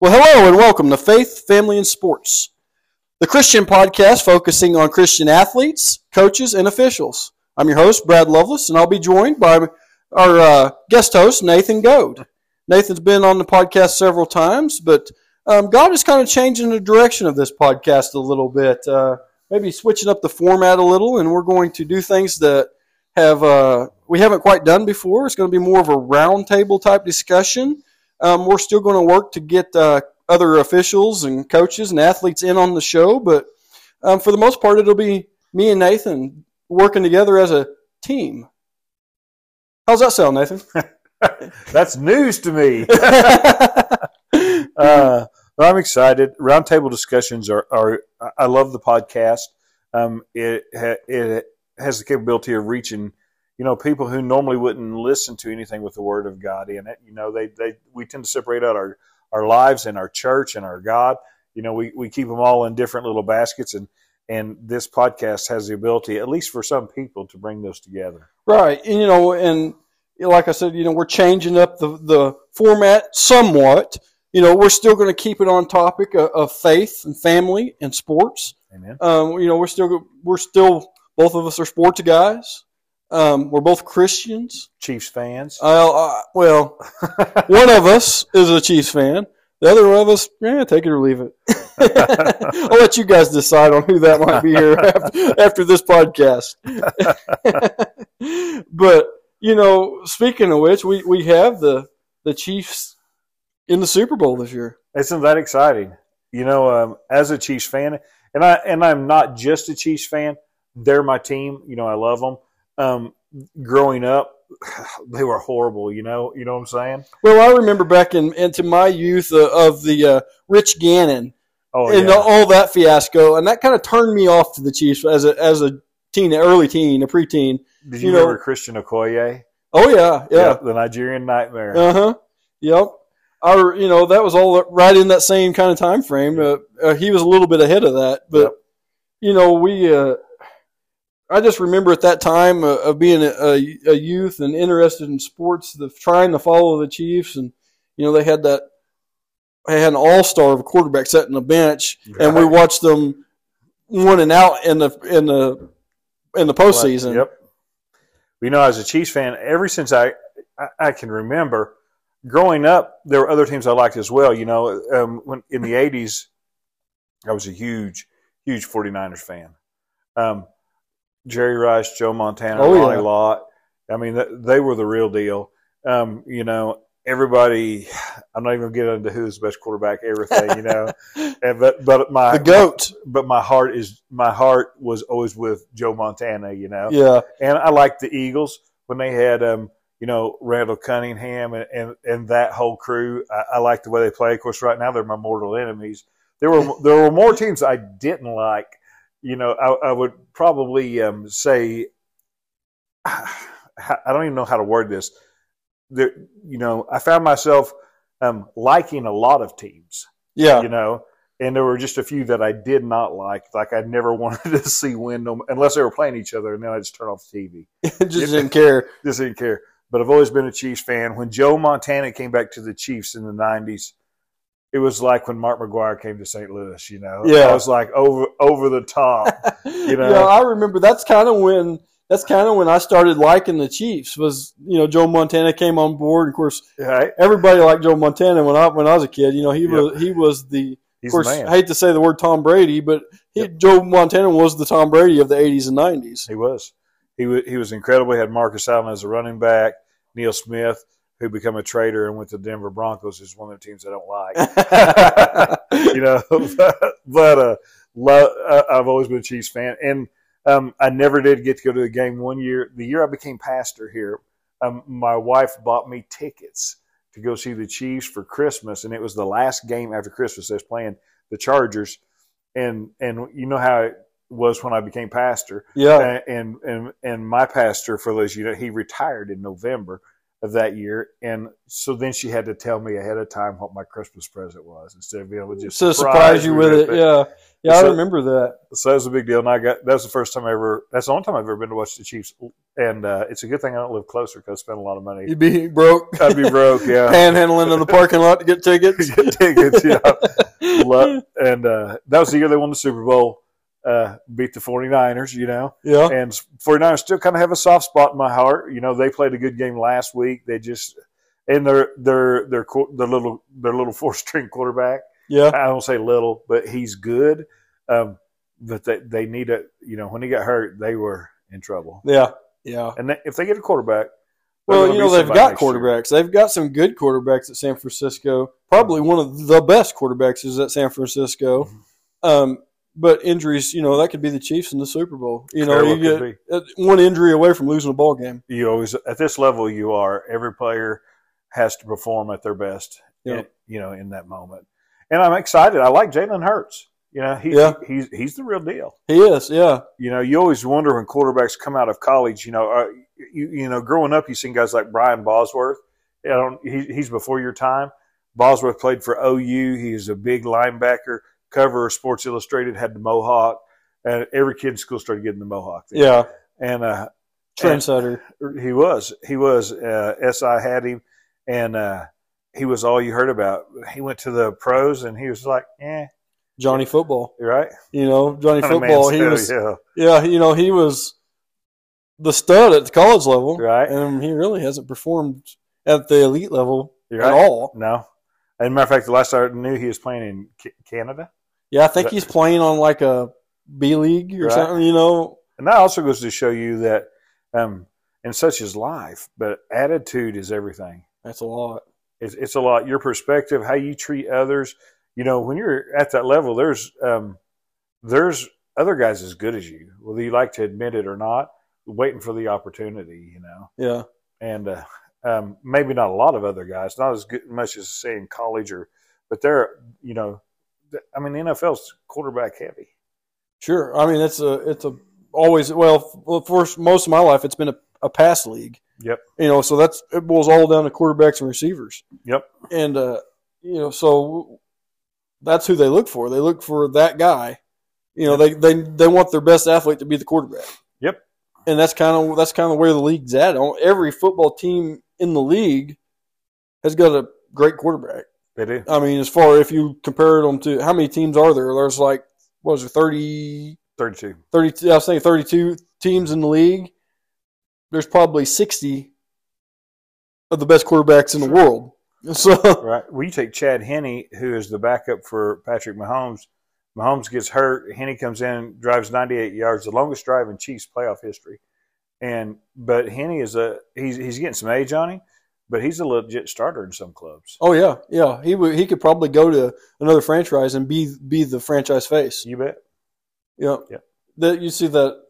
Well, hello and welcome to Faith, Family, and Sports, the Christian podcast focusing on Christian athletes, coaches, and officials. I'm your host, Brad Lovelace, and I'll be joined by our uh, guest host, Nathan Goad. Nathan's been on the podcast several times, but um, God is kind of changing the direction of this podcast a little bit. Uh, maybe switching up the format a little, and we're going to do things that have uh, we haven't quite done before. It's going to be more of a roundtable type discussion. Um, we're still going to work to get uh, other officials and coaches and athletes in on the show, but um, for the most part, it'll be me and Nathan working together as a team. How's that sound, Nathan? That's news to me. uh, well, I'm excited. Roundtable discussions are, are I love the podcast. Um, it ha- it has the capability of reaching, you know, people who normally wouldn't listen to anything with the Word of God in it. You know, they, they we tend to separate out our our lives and our church and our God. You know, we, we keep them all in different little baskets, and and this podcast has the ability, at least for some people, to bring those together. right, and, you know, and like I said, you know, we're changing up the the format somewhat. You know, we're still going to keep it on topic of, of faith and family and sports. Amen. Um, you know, we're still we're still both of us are sports guys. Um, we're both Christians. Chiefs fans. I, I, well, one of us is a Chiefs fan. The other one of us, yeah, take it or leave it. I'll let you guys decide on who that might be here after, after this podcast. but you know, speaking of which, we, we have the the Chiefs in the Super Bowl this year. Isn't that exciting? You know, um, as a Chiefs fan, and I and I'm not just a Chiefs fan. They're my team. You know, I love them. Um, growing up, they were horrible. You know, you know what I'm saying? Well, I remember back in into my youth uh, of the uh, Rich Gannon Oh and yeah, all that fiasco, and that kind of turned me off to the Chiefs as a as a teen, early teen, a preteen. did you you, know- remember Christian Okoye? Oh yeah, yeah, the Nigerian nightmare. uh huh, yep. I re- you know that was all right in that same kind of time frame. Uh, uh, he was a little bit ahead of that, but Yep. you know we. Uh, I just remember at that time uh, of being a, a, a youth and interested in sports, the trying to follow the Chiefs, and you know they had that they had an all star of a quarterback sitting on the bench, and we Right. watched them one and out in the in the in the postseason. Yep. You know, as a Chiefs fan, ever since I, I, I can remember growing up, there were other teams I liked as well. You know, um, when in the 80s, I was a huge, huge 49ers fan. Um, Jerry Rice, Joe Montana, Oh, yeah. Lonnie Lott. I mean, th- they were the real deal. Um, you know, everybody, I'm not even going to get into who's the best quarterback, everything, you know. and, but, but my. The goat. but my heart is my heart was always with Joe Montana, you know. Yeah. And I liked the Eagles when they had, um, you know, Randall Cunningham and, and, and that whole crew. I, I liked the way they play. Of course, right now they're my mortal enemies. There were there were more teams I didn't like. You know, I, I would probably um, say I don't even know how to word this. There, you know, I found myself um, liking a lot of teams Yeah. you know. And there were just a few that I did not like. Like I never wanted to see win, no, unless they were playing each other, and then I just turn off the TV. just didn't care. Just didn't care. But I've always been a Chiefs fan. When Joe Montana came back to the Chiefs in the '90s, it was like when Mark McGuire came to St. Louis. You know, Yeah. I was like over over the top. You know? I remember that's kind of when that's kind of when I started liking the Chiefs was you know Joe Montana came on board. Of course, right? everybody liked Joe Montana when I when I was a kid. You know, he Yep. was he was the He's of course. the man. I hate to say the word Tom Brady, but he, Joe Montana was the Tom Brady of the '80s and '90s. He was. He was. He was incredible. He had Marcus Allen as a running back. Neil Smith, who became a trader and went to Denver Broncos, is one of the teams I don't like. you know. But, but uh, lo- uh, I've always been a Chiefs fan, and um, I never did get to go to the game. One year, the year I became pastor here, um, my wife bought me tickets to go see the Chiefs for Christmas, and it was the last game after Christmas. They was playing the Chargers, and and you know how it was when I became pastor yeah, uh, and and and my pastor for those you know he retired in November. of that year. And so then she had to tell me ahead of time what my Christmas present was instead of being able to just So surprise you me with it. Yeah. Yeah, I So- remember that. So that was a big deal. And I got, that was the first time I ever, that's the only time I've ever been to watch the Chiefs. And uh, it's a good thing I don't live closer because I spend a lot of money. You'd be broke. I'd be broke, yeah. Panhandling in the parking lot to get tickets. Get tickets, yeah. Lo- and uh, that was the year they won the Super Bowl, uh, beat the 49ers, you know. yeah. And 49ers still kind of have a soft spot in my heart. You know, they played a good game last week. They just and their their their qu- their little their little four string quarterback. Yeah. I don't say little, but he's good. Um, but they they need a you know when he got hurt they were in trouble. Yeah. Yeah. And they, if they get a quarterback, they're Well, gonna you be know, they've somebody got next year. quarterbacks. They've got some good quarterbacks at San Francisco. Probably one of the best quarterbacks is at San Francisco. Mm-hmm. Um, but injuries, you know, that could be the Chiefs in the Super Bowl. You know, Carroll you could get be. uh, one injury away from losing a ball game. you always at this level you are every player has to perform at their best Yeah. in- you know in that moment and i'm excited i like jalen hurts you know he, Yeah. he's he's the real deal He is, yeah, you know you always wonder when quarterbacks come out of college you know uh, you, you know growing up you seen guys like brian bosworth i don't he, he's before your time bosworth played for ou he is a big linebacker cover of sports illustrated had the mohawk and every kid in school started getting the mohawk yeah, and uh trendsetter. he was. He was. Uh, SI had him, and uh, he was all you heard about. He went to the pros, and he was like, "Eh, Johnny Football, you're right." you know, Johnny Kinda man Football. He still, was, yeah, yeah, you know, he was the stud at the college level, Right. And he really hasn't performed at the elite level you're at right. all. No, and matter of fact, the last I knew, he was playing in C- Canada, Yeah, I think That- he's playing on like a B league or Right. something. You know, and that also goes to show you that, um, and such is life, but attitude is everything. that's a lot. it's, it's a lot your perspective how you treat others you know when you're at that level there's um, there's other guys as good as you whether you like to admit it or not waiting for the opportunity you know Yeah, and uh, um, maybe not a lot of other guys not as good much as say in college or but they're you know th- i mean the nfl's quarterback heavy sure. I mean, it's a it's a always well f- for most of my life it's been a, a pass league. Yep. You know, so that's it boils all down to quarterbacks and receivers. yep and uh, you know, so that's who they look for. They look for that guy. You know, they they they want their best athlete to be the quarterback. Yep. And that's kind of that's kind of where the league's at. On- Every football team in the league has got a great quarterback. they do I mean, as far if you compare them to how many teams are there? There's like what is it 30, 32 32 I was saying 32 teams in the league. There's probably 60 of the best quarterbacks in the world. So Right. Well, you take Chad Henney, who is the backup for Patrick Mahomes. Mahomes gets hurt. Henney comes in, drives 98 yards, the longest drive in Chiefs playoff history. And but Henney is a he's he's getting some age on him, but he's a legit starter in some clubs. Oh yeah, yeah. He would. He could probably go to another franchise and be be the franchise face. You bet. Yeah. Yep. That you see that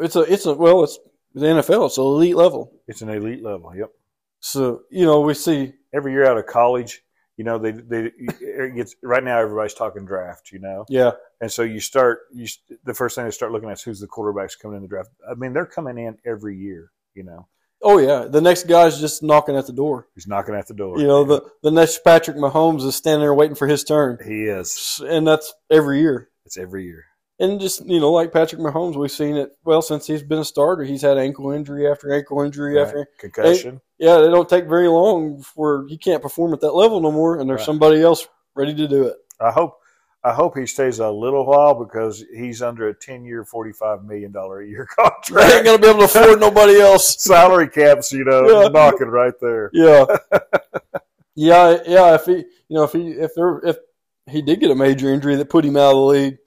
it's a it's a well it's the NFL. It's an elite level. It's an elite level. Yep. So you know we see Every year out of college, you know they they it gets right now everybody's talking draft. You know, yeah and so you start you st- the first thing they start looking at is who's the quarterbacks coming in the draft. I mean they're coming in every year. You know, oh yeah the next guy's just knocking at the door. he's knocking at the door. You know the the next Patrick Mahomes is standing there waiting for his turn, He is. and that's every year. It's every year. And just you know, like Patrick Mahomes, we've seen it. Well, since he's been a starter, he's had ankle injury after ankle injury Right. after Concussion. yeah, they don't take very long for you can't perform at that level no more, and there's Right. somebody else ready to do it. I hope. I hope he stays a little while because he's under a ten-year, forty-five million dollar a year They ain't contract. gonna be able to afford nobody else. Salary caps, you know, Yeah. knocking right there. Yeah, yeah, yeah. If he, you know, if he, if there, if he did get a major injury that put him out of the league,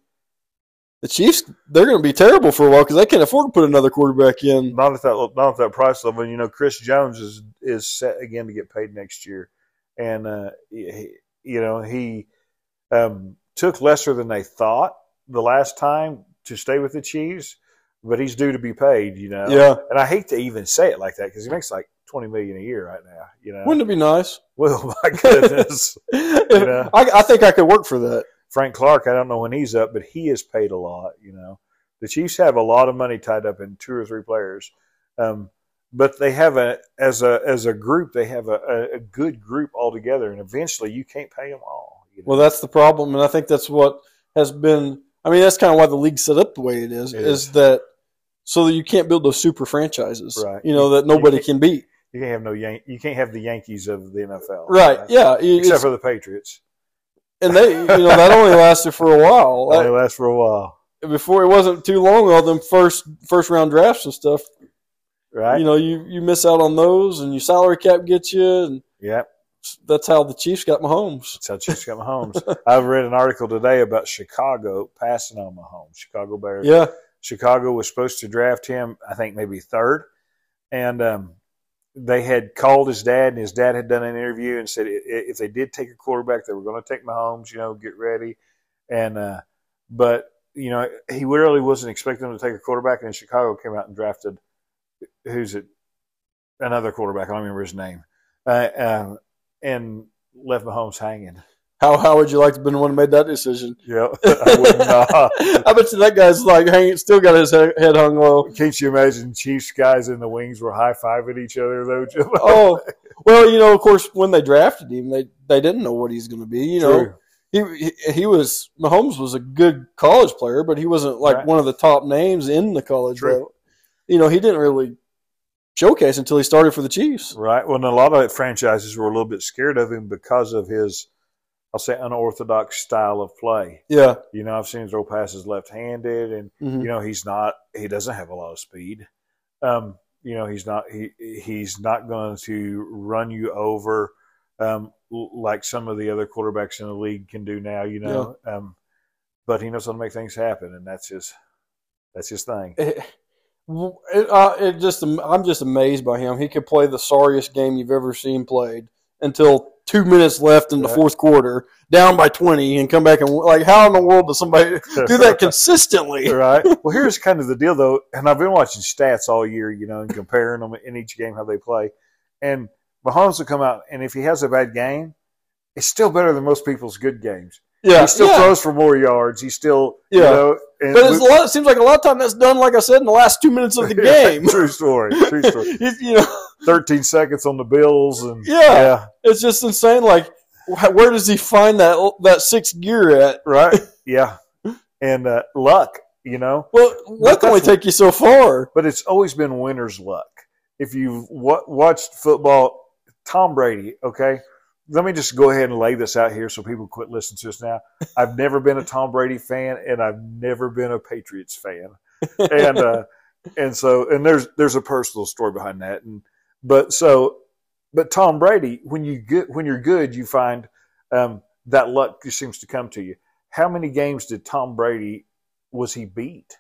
the Chiefs they're gonna be terrible for a while because they can't afford to put another quarterback in. Not at that. Not at that price level. And, you know, Chris Jones is is set again to get paid next year, and uh, he, you know he um, took lesser than they thought the last time to stay with the Chiefs, but he's due to be paid. You know. Yeah, And I hate to even say it like that because he makes like twenty million a year right now. You know. wouldn't it be nice? Well, my goodness. know. I, I think I could work for that. Frank Clark, I don't know when he's up, but he is paid a lot, you know. The Chiefs have a lot of money tied up in two or three players. Um, but they have a as a as a group they have a, a, a good group all together, and eventually you can't pay them all. you know. Well, that's the problem, and I think that's what has been. I mean, that's kind of why the league's set up the way it is. It is that so that you can't build those super franchises, Right. you know, that nobody can beat. you can't have no Yan- you can't have the Yankees of the NFL, Right? Yeah. you- it's- Except for the Patriots, and they, you know, that only lasted for a while. they That- last for a while, before it wasn't too long, all them first first round drafts and stuff. right? You know, you you miss out on those, and your salary cap gets you, and yeah, that's how the Chiefs got Mahomes. that's how Chiefs got Mahomes. I've read an article today about Chicago passing on Mahomes, Chicago Bears. Yeah, Chicago was supposed to draft him, I think maybe third, and um, they had called his dad, and his dad had done an interview and said i- i- if they did take a quarterback, they were going to take Mahomes. You know, get ready, and uh, but you know he really wasn't expecting them to take a quarterback, and then Chicago came out and drafted who's it another quarterback. I don't remember his name, uh, um, and left Mahomes hanging. how how would you like to have been the one who made that decision? Yeah, I would not. I bet you that guy's like hanging, still got his he- head hung low. Can't you imagine Chiefs guys in the wings were high fiving each other though? Jim? Oh, well, you know, of course, when they drafted him, they they didn't know what he's going to be. You know, True. he, he he was Mahomes was a good college player, but he wasn't like Right. one of the top names in the college. True. level. You know, he didn't really showcase until he started for the Chiefs. right. Well, and a lot of franchises were a little bit scared of him because of his, I'll say, unorthodox style of play. Yeah, You know, I've seen him throw passes left-handed, and Mhm. you know he's not, he doesn't have a lot of speed. Um, you know, he's not, he he's not going to run you over, um, l- like some of the other quarterbacks in the league can do now. You know, um, but he knows how to make things happen, and that's his, that's his thing. it, it, uh, it just I'm just amazed by him. He could play the sorriest game you've ever seen played until two minutes left in the Right. fourth quarter, down by twenty, and come back and like, how in the world does somebody do that consistently? right? Well, here's kind of the deal, though, and I've been watching stats all year, you know, and comparing them in each game how they play. And Mahomes will come out, and if he has a bad game, it's still better than most people's good games. Yeah, He still yeah. throws for more yards. He still, you Yeah. know, and But it's a lot, it seems like a lot of time that's done, like I said, in the last two minutes of the game. true story. True story. It's, you know, Thirteen seconds on the Bills, and Yeah. it's just insane. Like, wh- where does he find that that sixth gear at? right, yeah, and uh, luck, you know. Well, luck that's- only take you so far. but it's always been winner's luck. If you've wa watched football, Tom Brady, okay, let me just go ahead and lay this out here so people quit listening to us now. I've never been a Tom Brady fan, and I've never been a Patriots fan, and uh, and so and there's there's a personal story behind that, and but so but Tom Brady, when you get when you're good, you find um, that luck just seems to come to you. How many games did Tom Brady was he beat?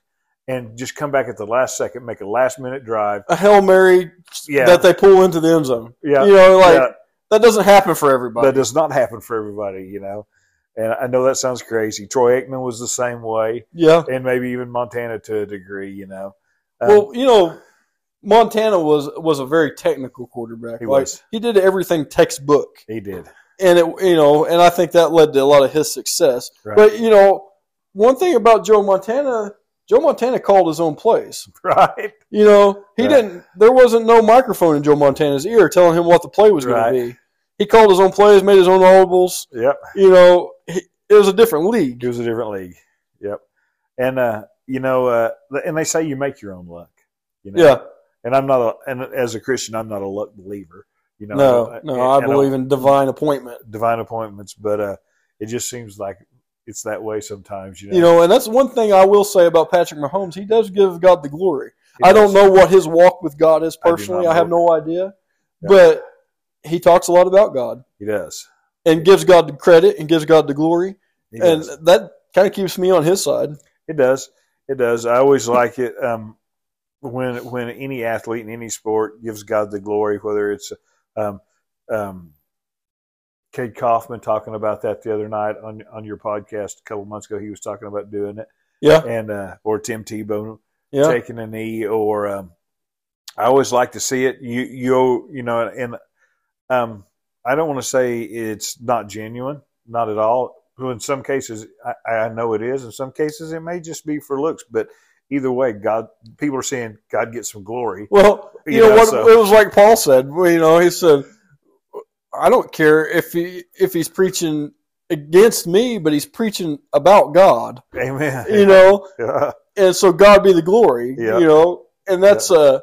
And just come back at the last second, make a last minute drive. A hail mary Yeah, that they pull into the end zone. yeah, You know, like yeah. that doesn't happen for everybody. That does not happen for everybody, you know. And I know that sounds crazy. Troy Aikman was the same way, yeah. and maybe even Montana to a degree, you know. Um, Well, you know, Montana was was a very technical quarterback. He like was. he did everything textbook, he did. and it you know, and I think that led to a lot of his success. Right. But you know, one thing about Joe Montana, Joe Montana called his own plays. Right. You know, he Right. didn't. There wasn't no microphone in Joe Montana's ear telling him what the play was Right. going to be. He called his own plays, made his own audibles. Yep. You know, he, it was a different league. It was a different league. Yep. And uh, you know, uh, and they say you make your own luck. You know? Yeah, And I'm not a, and as a Christian, I'm not a luck believer. You know. uh, no, no, I, don't- believe in divine appointment. divine appointments, but uh, it just seems like it's that way sometimes. You know. You know, and that's one thing I will say about Patrick Mahomes. He does give God the glory. It I don't does. know what his walk with God is I do not personally. I, have know. no idea. Yeah. But he talks a lot about God He does. and gives God the credit and gives God the glory. He and does. that kind of keeps me on his side. It does. It does. I always like it um, when when any athlete in any sport gives God the glory, whether it's um, um, Cade Kaufman talking about that the other night on on your podcast a couple months ago. He was talking about doing it, Yeah. and uh, or Tim Tebow Yeah. taking a knee, or um, I always like to see it. You you you know, and um, I don't want to say it's not genuine, not at all. Well, In some cases, I, I know it is. In some cases, it may just be for looks, but either way, God, people are saying God gets some glory. Well, you, You know, know, what so- it was like Paul said. well, You know, he said, "I don't care if he if he's preaching against me, but he's preaching about God." Amen. You know, Yeah. and so God be the glory. Yeah. You know, and that's uh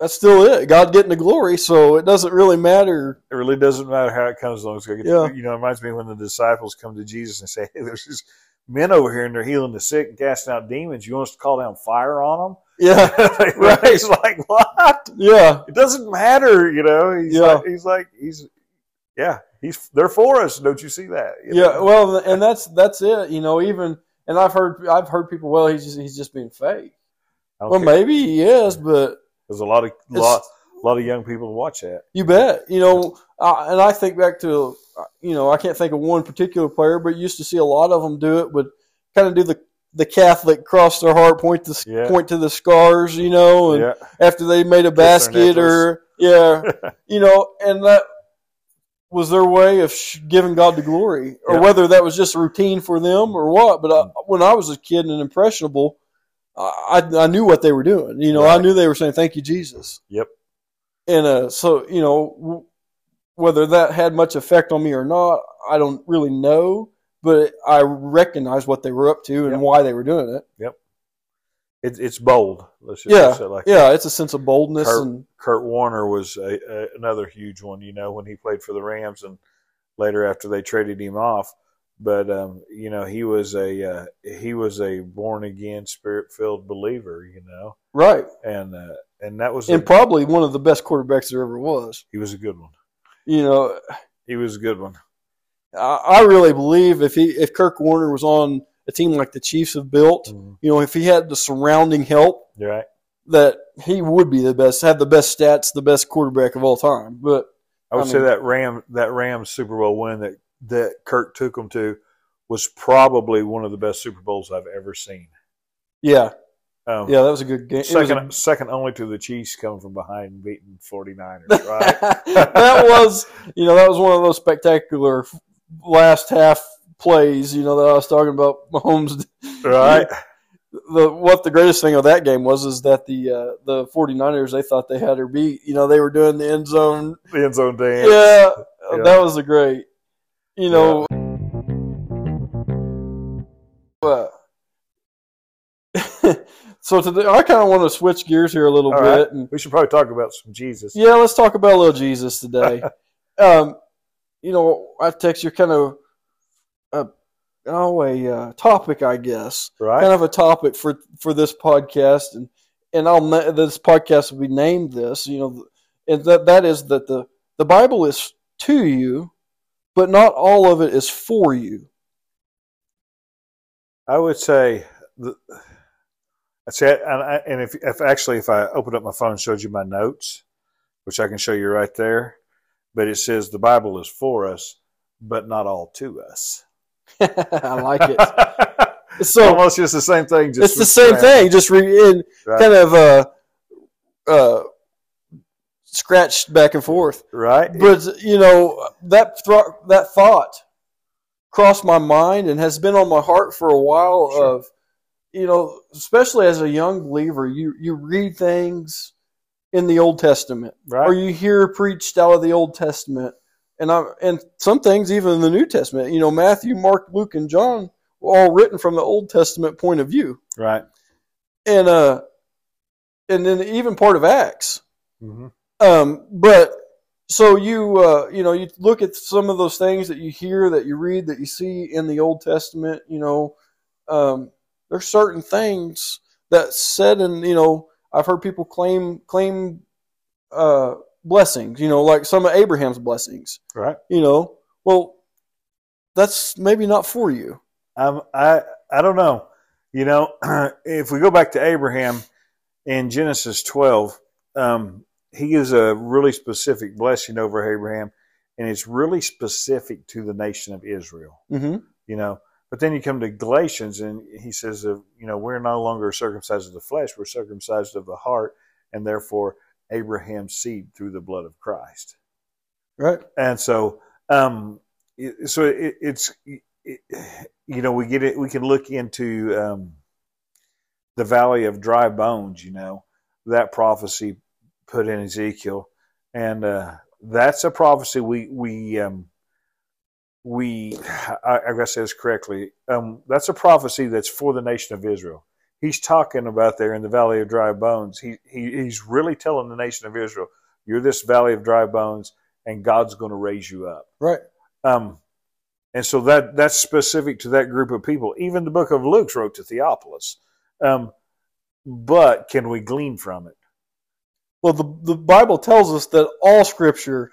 that's still it. God getting the glory, so it doesn't really matter. It really doesn't matter how it comes, as long as I get Yeah. you know, it reminds me when the disciples come to Jesus and say, Hey, there's these men over here and they're healing the sick and casting out demons. You want us to call down fire on Yeah, them? Right. He's like, What? yeah, It doesn't matter, you know. He's Yeah. like he's like he's yeah, he's they're for us, don't you see that? You yeah. know? Well, and that's that's it. You know, even and I've heard I've heard people. Well, he's just he's just being fake. I don't Well, care. maybe he is, but There's a lot of Oh, it's- lot, lot of young people watch that. You bet. You know, uh, and I think back to, uh, you know, I can't think of one particular player, but used to see a lot of them do it, would kind of do the the Catholic cross their heart, point the Yeah. point to the scars, you know, and yeah. after they made a their basket or yeah, you know, and that was their way of sh- giving God the glory, or Yeah. Mm. whether that was just routine for them or what. But I, when I was a kid and impressionable, I I I knew what they were doing. You know, I Right. knew they were saying "Thank you, Jesus." Yep. And uh, so you know, w- whether that had much effect on me or not, I don't really know. But I recognized what they were up to and Yep. why they were doing it. It's it's bold. Let's just Yeah. say it like Yeah, it's a sense of boldness Kurt- and Kurt Warner was a, a, another huge one, you know, when he played for the Rams and later after they traded him off. But um, you know, he was a uh, he was a born again, spirit filled believer, you know, right, and uh, and that was a, and probably one of the best quarterbacks there ever was. he was a good one. You know, He was a good one. I I really believe if he if Kirk Warner was on a team like the Chiefs have built, you know, if he had the surrounding help, You're right. that he would be the best, have the best stats, the best quarterback of all time. But I would I say mean- that Ram that Rams Super Bowl win that that Kirk took them to was probably one of the best Super Bowls I've ever seen. yeah, Um, yeah, that was a good game. It was second a- second only to the Chiefs coming from behind and beating 49ers, right? that was you know that was one of those spectacular last half plays. You know that I was talking about Mahomes. right? The what the greatest thing of that game was is that the uh, the 49ers they thought they had her beat. You know they were doing the end zone The end zone dance. yeah, Yeah. that was a great, you know. But so today, I kind of want to switch gears here a little All bit, right. and We should probably talk about some Jesus. yeah, let's talk about a little Jesus today. um, you know, I text you kind of a oh a uh, topic, I guess Right? kind of a topic for for this podcast, and and I'll na- this podcast will be named this. You know, and that that is that the the Bible is to you, but not all of it is for you. I would say the, I'd say, and, I, and if, if actually if I opened up my phone and showed you my notes, which I can show you right there, but it says the Bible is for us, but not all to us. I like it. So- so almost just the same thing. it's Just the same thing, just re- in Right. kind of uh, uh, scratched back and forth. right? But you know that thro that thought crossed my mind and has been on my heart for a while. Sure. Of you know, especially as a young believer, you you read things in the Old Testament, or right? you hear preached out of the Old Testament, and I and some things even in the New Testament. You know, Matthew, Mark, Luke, and John were all written from the Old Testament point of view, right. and uh, and then even part of Acts. hmm Um, but so you uh, you know you look at some of those things that you hear, that you read, that you see in the Old Testament. You know, um, there's certain things that said, and you know, I've heard people claim claim uh, blessings. You know, like some of Abraham's blessings. Right. You know, well, that's maybe not for you. Um, I I don't know. You know, if we go back to Abraham in Genesis 12, um, he gives a really specific blessing over Abraham, and it's really specific to the nation of Israel. Mm-hmm. You know, but then you come to Galatians, and he says, uh, you know, we're no longer circumcised of the flesh; we're circumcised of the heart, and therefore Abraham's seed through the blood of Christ Right. and so um it- so it, it's it, you know we get it we can look into um the valley of dry bones, you know, that prophecy put in Ezekiel. And uh, that's a prophecy we, we, um, we, I, I gotta say this correctly. Um, that's a prophecy that's for the nation of Israel. He's talking about there in the valley of dry bones. He, he he's really telling the nation of Israel, "You're this valley of dry bones, and God's going to raise you up." Right. Um, and so that that's specific to that group of people. Even the book of Luke wrote to Theophilus. Um, but can we glean from it? Well, the, the Bible tells us that all Scripture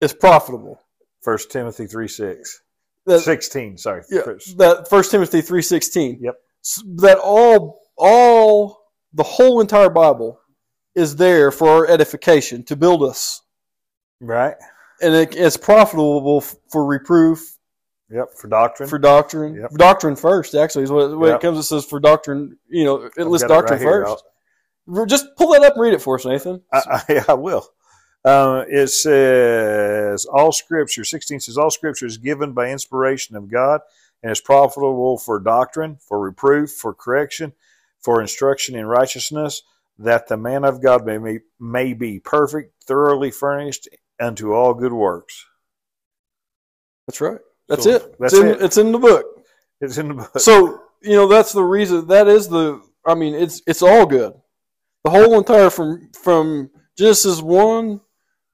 is profitable. First Timothy three six. That- 16, sorry. Yeah, First. that First Timothy three sixteen. Yep. S- That all all the whole entire Bible is there for our edification to build us, Right? and it, it's profitable f- for reproof, Yep. For doctrine. for doctrine, Yep. doctrine first. Actually, is what when Yep. it comes. It says for doctrine. You know, it I've lists got it doctrine right here. first. R- Just pull that up and read it for us, Nathan. I, I, I will. Um, it says, all scripture, 16 says, all scripture is given by inspiration of God and is profitable for doctrine, for reproof, for correction, for instruction in righteousness, that the man of God may be, may be perfect, thoroughly furnished unto all good works. That's right. That's So, it. that's it's in, it. It's in the book. It's in the book. so you know that's the reason that is the i mean it's it's all good the whole entire from from genesis 1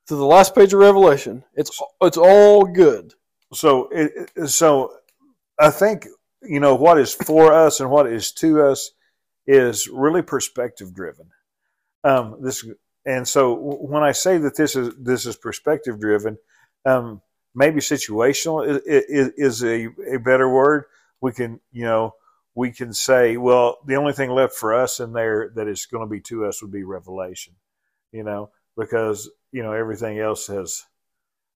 to the last page of revelation it's it's all good so it, it- so i think you know what is for us and what is to us is really perspective driven um this and so when i say that this is this is perspective driven um maybe situational i- i- i- is a, a better word we can you know we can say well the only thing left for us in there that is going to be to us would be revelation you know because you know everything else has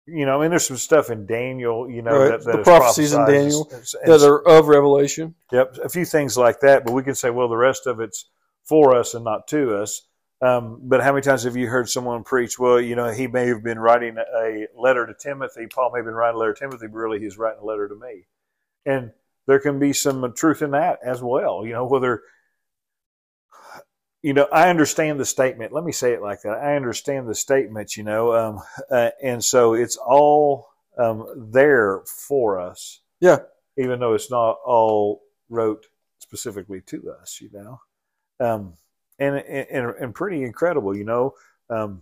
you know and there's some stuff in daniel you know Right, that, that the is prophecies in prophesied. Daniel It's- that are of revelation Yep, a few things like that, but we can say, well, the rest of it's for us and not to us. Um, but how many times have you heard someone preach? Well, you know, he may have been writing a letter to Timothy. Paul may have been writing a letter to Timothy, but really he's writing a letter to me. And there can be some truth in that as well. You know, whether, you know, I understand the statement. Let me say it like that. I understand the statement, you know, um, uh, and so it's all um, there for us. Yeah. Even though it's not all wrote specifically to us, you know, um, and, and and pretty incredible, you know. Um,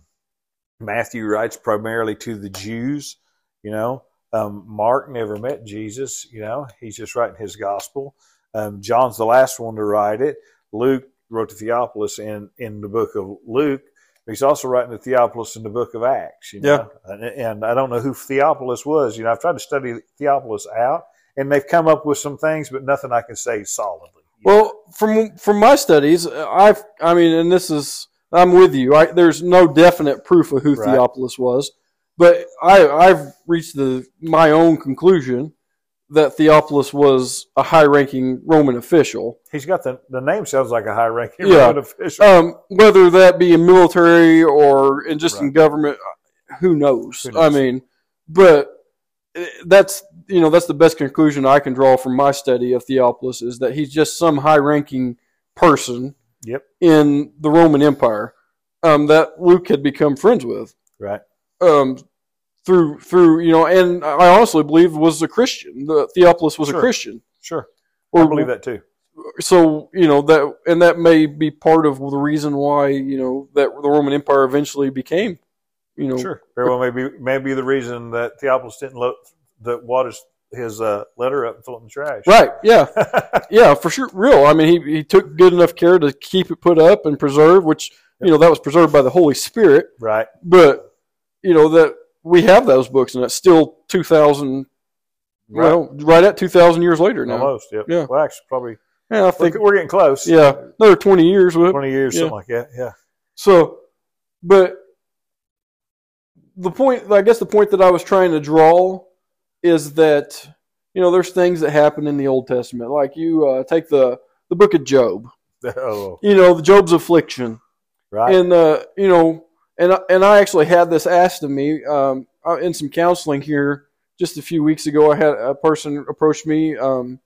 Matthew writes primarily to the Jews, you know. Um, Mark never met Jesus, you know. He's just writing his gospel. Um, John's the last one to write it. Luke wrote to Theophilus in in the book of Luke. but He's also writing to Theophilus in the book of Acts, you know. And, and I don't know who Theophilus was. You know, I've tried to study Theophilus out and they've come up with some things, but nothing I can say solidly. well from from my studies i've i mean and this is i'm with you I, there's no definite proof of who Right. theophilus was but i i've reached the my own conclusion that theophilus was a high ranking roman official he's got the the name sounds like a high ranking Yeah. Roman official. um, whether that be in military or in just in Right. government, uh, who knows? Who I knows? mean, but eh, that's you know that's the best conclusion I can draw from my study of Theophilus is that he's just some high-ranking person Yep. in the Roman Empire um, that Luke had become friends with right. um, through through you know, and I honestly believe was a Christian. The Theophilus was Sure. a Christian. Sure. I Or- believe that too. so you know that and that may be part of the reason why you know that the roman empire eventually became you know Sure. Very well maybe maybe the reason that Theophilus didn't look that waters his uh, letter up and throw it in the trash. right yeah yeah for sure real i mean he, he took good enough care to keep it put up and preserved which you know that was preserved by the holy spirit right. but you know that we have those books and that's still 2000 well right at 2000 years later now Almost. Yep. Yeah. Well, actually, probably yeah i we're, think we're getting close. yeah another 20 years with Twenty years, Yeah. something like that. Yeah. So, but the point, I guess the point that I was trying to draw is that, you know, there's things that happen in the Old Testament. Like you uh, take the, the book of Job, Oh, you know, the Job's affliction. right. And, uh, you know, and, I- and I actually had this asked of me um, uh, in some counseling here just a few weeks ago. I had a person approach me, um,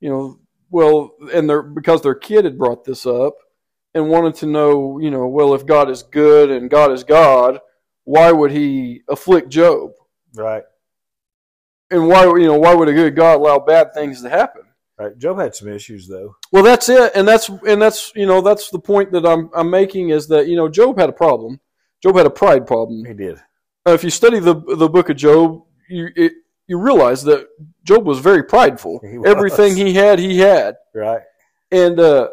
you know, well, and they're because their kid had brought this up and wanted to know, you know, well, if God is good and God is God, why would He afflict Job? Right. And why, you know, why would a good God allow bad things to happen? Right. Job had some issues though. Well, that's it, and that's and that's you know that's the point that I'm I'm making is that you know Job had a problem. Job had a pride problem. He did. Uh, if you study the the book of Job, you it, you realize that Job was very prideful. He Everything was. he had, he had, Right. and uh,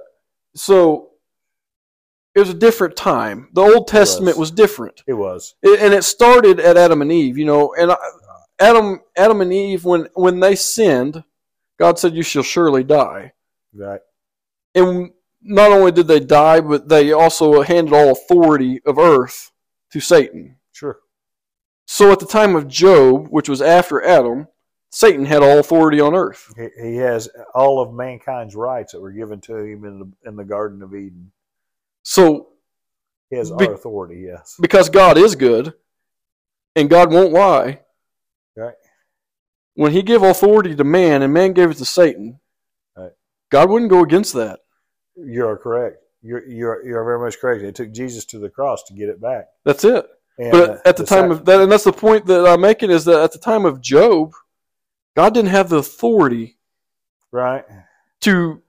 so it was a different time. The Old Testament was, was. different, It was. It- and it started at Adam and Eve. You know, and I, Adam Adam and Eve when when they sinned, God said, "You shall surely die." Right. and not only did they die, but they also handed all authority of earth to Satan. Sure. So at the time of Job, which was after Adam, Satan had all authority on earth. He, he has all of mankind's rights that were given to him in the in the Garden of Eden. So He has Be- our authority. Yes. because God is good and God won't lie, Right. when he gave authority to man and man gave it to Satan, Right. God wouldn't go against that. You are correct. You're you're you're very much correct. It took Jesus to the cross to get it back. That's it. And But uh, at the time of that, and that's the point that I'm making is that at the time of Job, God didn't have the authority right, to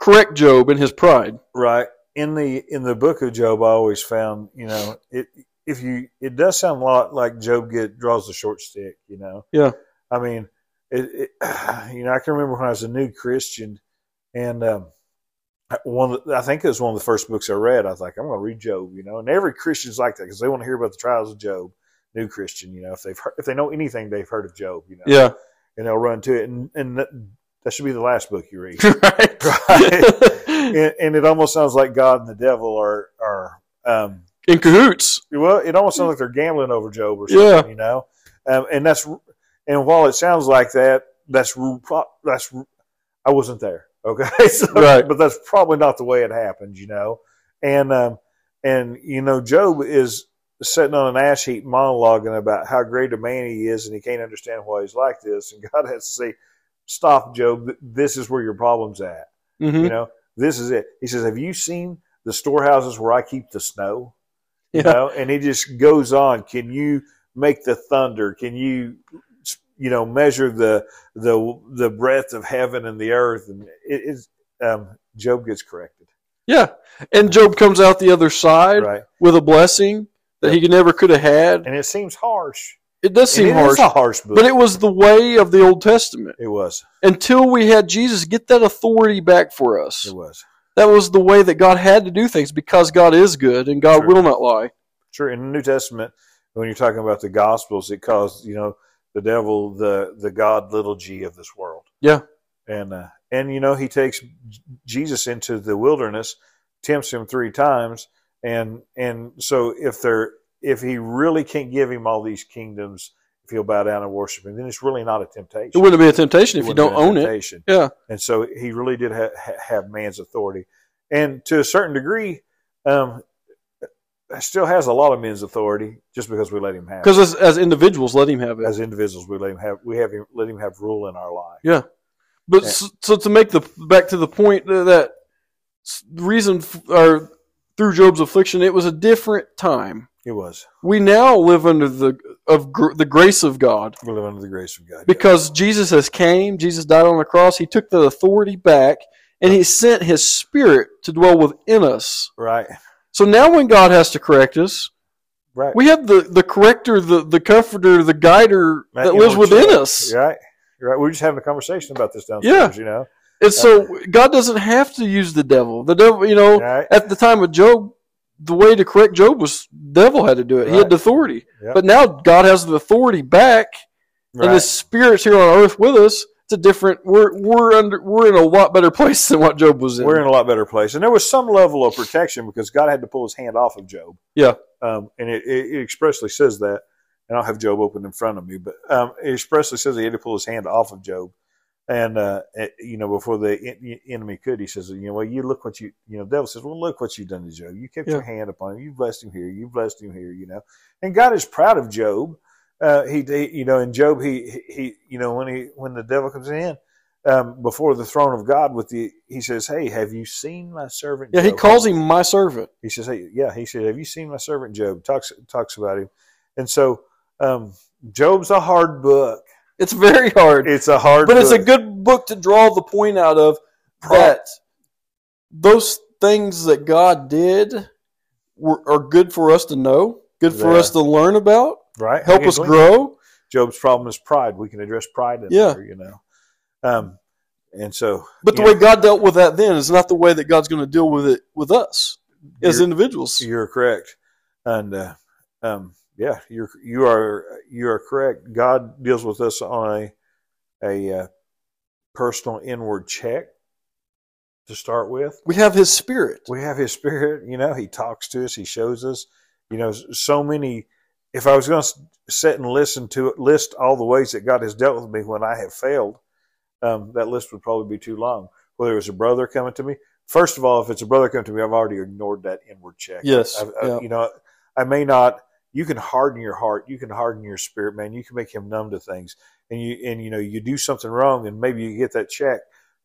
correct Job in his pride. right in the in the book of Job, I always found you know it if you it does sound a lot like Job get draws the short stick. You know. Yeah. I mean, it, it you know I can remember when I was a new Christian, and um, one of the- I think it was one of the first books I read. I was like, I'm going to read Job. You know, and every Christian's like that because they want to hear about the trials of Job. New Christian, you know, if they've heard, if they know anything, they've heard of Job. You know. Yeah. and they'll run to it. And, and that, that should be the last book you read. right. Right. and, and it almost sounds like God and the devil are are um, In cahoots. well, it almost sounds like they're gambling over Job or something, Yeah. you know. Um, and that's and while it sounds like that, that's ru- pro- that's ru- I wasn't there, okay. So, Right. but that's probably not the way it happened, you know. And um, and you know, Job is sitting on an ash heap monologuing about how great a man he is, and he can't understand why he's like this. And God has to say, "Stop, Job. Th- This is where your problem's at." Mm-hmm. You know, this is it. He says, Have you seen the storehouses where I keep the snow? You Yeah. know, and he just goes on. Can you make the thunder? Can you, you know, measure the the the breadth of heaven and the earth? And it is um, Job gets corrected, Yeah. And Job comes out the other side right? with a blessing that he never could have had. And it seems harsh. It does seem And it harsh, is a harsh book. but it was the way of the Old Testament it was. until we had Jesus get that authority back for us. It was. That was the way that God had to do things because God is good and God Sure. will not lie. Sure. In the New Testament, when you're talking about the Gospels, it calls you know the devil the the God little g of this world. Yeah. And uh, and you know he takes J- Jesus into the wilderness, tempts him three times, and and so if they're if he really can't give him all these kingdoms, if he'll bow down and worship him, then it's really not a temptation. It wouldn't be a temptation if you wouldn't don't be a own it. temptation. Yeah. And so he really did ha- ha- have man's authority, and to a certain degree, um, still has a lot of men's authority just because we let him have. it Because as, as individuals, let him have it. as individuals, we let him have we have him, let him have rule in our life. But Yeah. so, so to make the back to the point tha- that s- the reason f- or through Job's affliction, it was a different time. It was We now live under the of gr- the grace of God we live under the grace of God. because Jesus has came. Jesus died on the cross. He took the authority back, and He sent His Spirit to dwell within us. right, So now, when God has to correct us, right. we have the the corrector, the the comforter, the guider Right, that you lives know, it's- within us. Right, right. We were just having a conversation about this downstairs. You know, And so God doesn't have to use the devil. The devil, you know. right, at the time of Job, the way to correct Job was devil had to do it. He had Right. the authority. Yep. But now God has the authority back, and right. His Spirit's here on earth with us. It's a different. We're we're under. We're in a lot better place than what Job was in. We're in a lot better place, and there was some level of protection because God had to pull His hand off of Job. Yeah. um, and it, it it expressly says that. And I'll have Job open in front of me, but um, it expressly says he had to pull his hand off of Job, and uh, it- you know before the en- enemy could, he says, you know, well, you look what you, you know, the devil says, well, look what you done to Job. You kept your hand upon him. You blessed him here. You blessed him here. You know, and God is proud of Job. Uh, he, he, you know, in Job, he, he, you know, when he when the devil comes in, um, before the throne of God with the he says, "Hey, have you seen my servant?" Yeah, he Job?" calls him my servant. He says, "Hey, yeah." He said, "Have you seen my servant Job?" Talks talks about him, and so um, Job's a hard book. It's very hard, It's a hard, but it's a book. good book to draw the point out of that those things that God did were, are good for us to know, good for They us to learn about, right. help Okay, us glean. grow. Job's problem is pride. We can address pride in Yeah. there, you know. Um, and so, But the you way God dealt with that then is not the way that God's going to deal with it with us know, as you're, individuals. you're correct, and uh, um, yeah, you're you are you are correct. God deals with us on a a uh, personal inward check to start with. We have His Spirit. we have his spirit you know he talks to us he shows us you know so many if i was going to sit and listen to it list all the ways that god has dealt with me when i have failed um, that list would probably be too long whether it was a brother coming to me first of all if it's a brother coming to me i've already ignored that inward check Yes, I've, I've- yeah. you know i may not you can harden your heart you can harden your spirit man you can make him numb to things and you and you know you do something wrong and maybe you get that check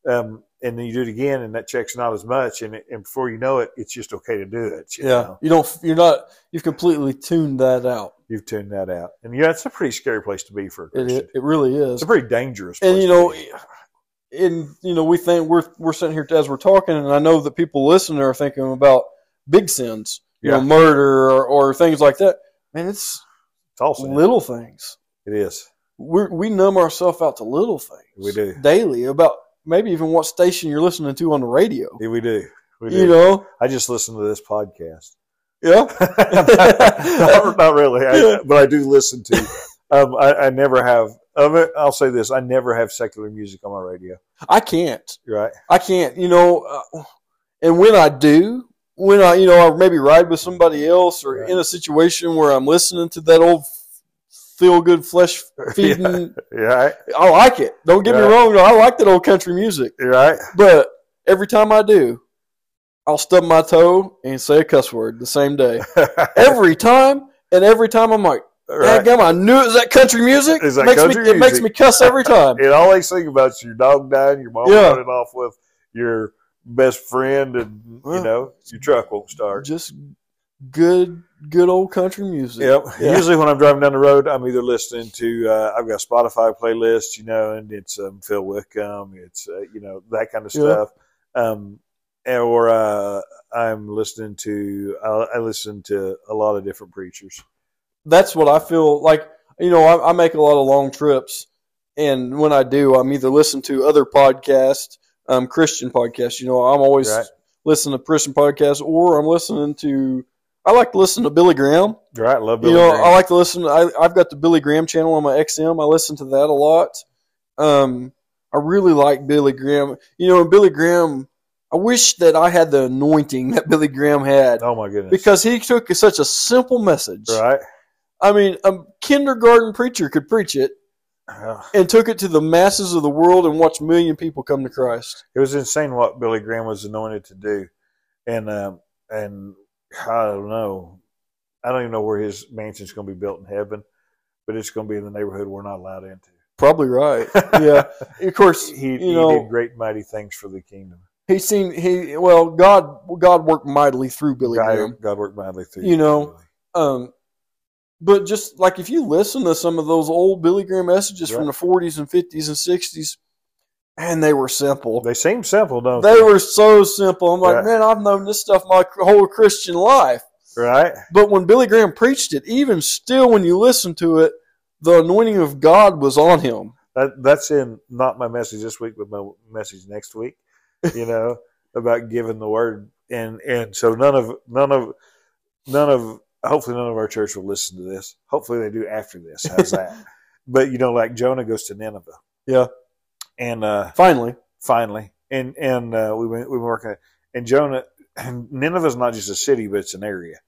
um, and then you do it again, and that check's not as much, and it, and before you know it, it's just okay to do it. You yeah, know? you don't. You're not. You've completely tuned that out. you've tuned that out, and yeah, it's a pretty scary place to be for a It Christian. it, it really It's is. a pretty dangerous. Place And you to know, be. and you know, we think we're we're sitting here as we're talking, and I know that people listening are thinking about big sins, you know, Yeah. murder or, or things like that. Man, it's it's also little things. it is. We're, we numb ourselves out to little things. We do. daily about maybe even what station you're listening to on the radio. Yeah, we do. We do. You know, I just listened to this podcast. yeah, not, not really, I, but I do listen to. Um, I, I never have. um, I'll say this: I never have secular music on my radio. I can't. Right? I can't, you know, uh, and when I do, when I, you know, I maybe ride with somebody else or Right. in a situation where I'm listening to that old feel good flesh feeding, You're right. I like it. Don't get Right. me wrong, I like that old country music. You're right. But every time I do, I'll stub my toe and say a cuss word the same day. Every time, and every time I'm like, right. "Dadgum, I knew it was that country music. Is that makes country me, It makes music? me cuss every time. And all they sing about is your dog dying, your mom Yeah. running off with your best friend, and Well, you know your truck won't start. Just good, good old country music. Yep. Yeah. Usually when I'm driving down the road, I'm either listening to uh, I've got a Spotify playlist, you know, and it's um, Phil Wickham, it's uh, you know that kind of Yeah. stuff, um, and- or uh, I'm listening to I, I listen to a lot of different preachers. that's what I feel like. You know, I, I make a lot of long trips, and when I do, I'm either listening to other podcasts, um, Christian podcasts. You know, I'm always Right. listening to Christian podcasts, or I'm listening to. I like to listen to Billy Graham. Right, love Billy you know, Graham. I like to listen. I, I've got the Billy Graham channel on my XM. I listen to that a lot. Um, I really like Billy Graham. You know, and Billy Graham. I wish that I had the anointing that Billy Graham had oh my goodness, because he took such a simple message. right, I mean, a kindergarten preacher could preach it Uh, and took it to the masses of the world and watched million people come to Christ. it was insane what Billy Graham was anointed to do, and um, and I don't know, I don't even know where his mansion's going to be built in heaven, but it's going to be in the neighborhood we're not allowed into. Probably right. Yeah. of course, he, you he know, did great mighty things for the kingdom. he seen he well God God worked mightily through Billy Graham. God, God worked mightily through You know, Um, but just like if you listen to some of those old Billy Graham messages from Right. the 40s and 50s and 60s, and they were simple. they seem simple, don't they? They were so simple. I'm like, Right. man, I've known this stuff my whole Christian life. right? But when Billy Graham preached it, even still, when you listen to it, the anointing of God was on him. That, that's in not my message this week, but my message next week. You know about giving the word, and and so none of none of none of hopefully none of our church will listen to this. Hopefully they do after this. How's that? but you know, like Jonah goes to Nineveh. Yeah. and uh, Finally, finally, and and uh, we went we were working. And Jonah, and Nineveh's not just a city, but it's an area